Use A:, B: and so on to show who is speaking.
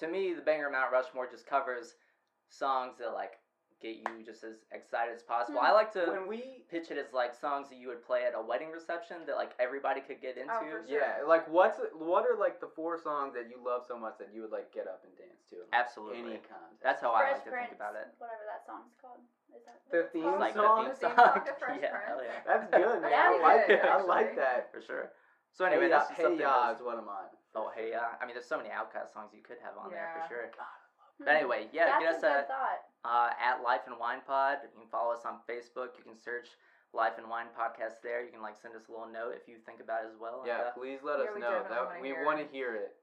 A: to me, the banger Mount Rushmore just covers songs that like get you just as excited as possible.
B: Hmm.
A: I like to
C: when we
A: pitch it as like songs that you would play at a wedding reception that like everybody could get into.
B: Oh, for sure.
C: yeah, like what's what are like the four songs that you love so much that you would like get up and dance to? in, like,
A: Absolutely.
C: Any context.
A: That's how I
B: Fresh
A: like to
B: Prince,
A: think about it.
B: whatever that song's called. Is that what
C: The
B: it's
C: theme
B: called?
A: It's like
C: song?
A: the theme
B: The
A: song.
B: theme song to Fresh
A: yeah,
B: Prince.
A: hell yeah,
C: That's good, man. I
B: That'd be
C: like
B: good,
C: it. I like
B: actually.
C: that.
A: for sure. So anyway,
C: hey,
A: that's
C: Ya-
A: just
C: hey uh,
A: something.
C: ya
A: that's-
C: is one of mine.
A: Oh hey yeah. I mean, there's so many Outcast songs you could have on there
D: Yeah.
A: for sure.
B: Hmm.
A: But anyway, yeah,
B: That's
A: get
B: a
A: us
B: good thought.
A: at uh, at Life and Wine Pod. You can follow us on Facebook. You can search Life and Wine Podcast there. You can like send us a little note if you think about it as well. and, uh,
C: Yeah, please let us
D: Yeah, we
C: know.
D: definitely
C: That
D: wanna
C: we
D: hear it.
C: want to hear it.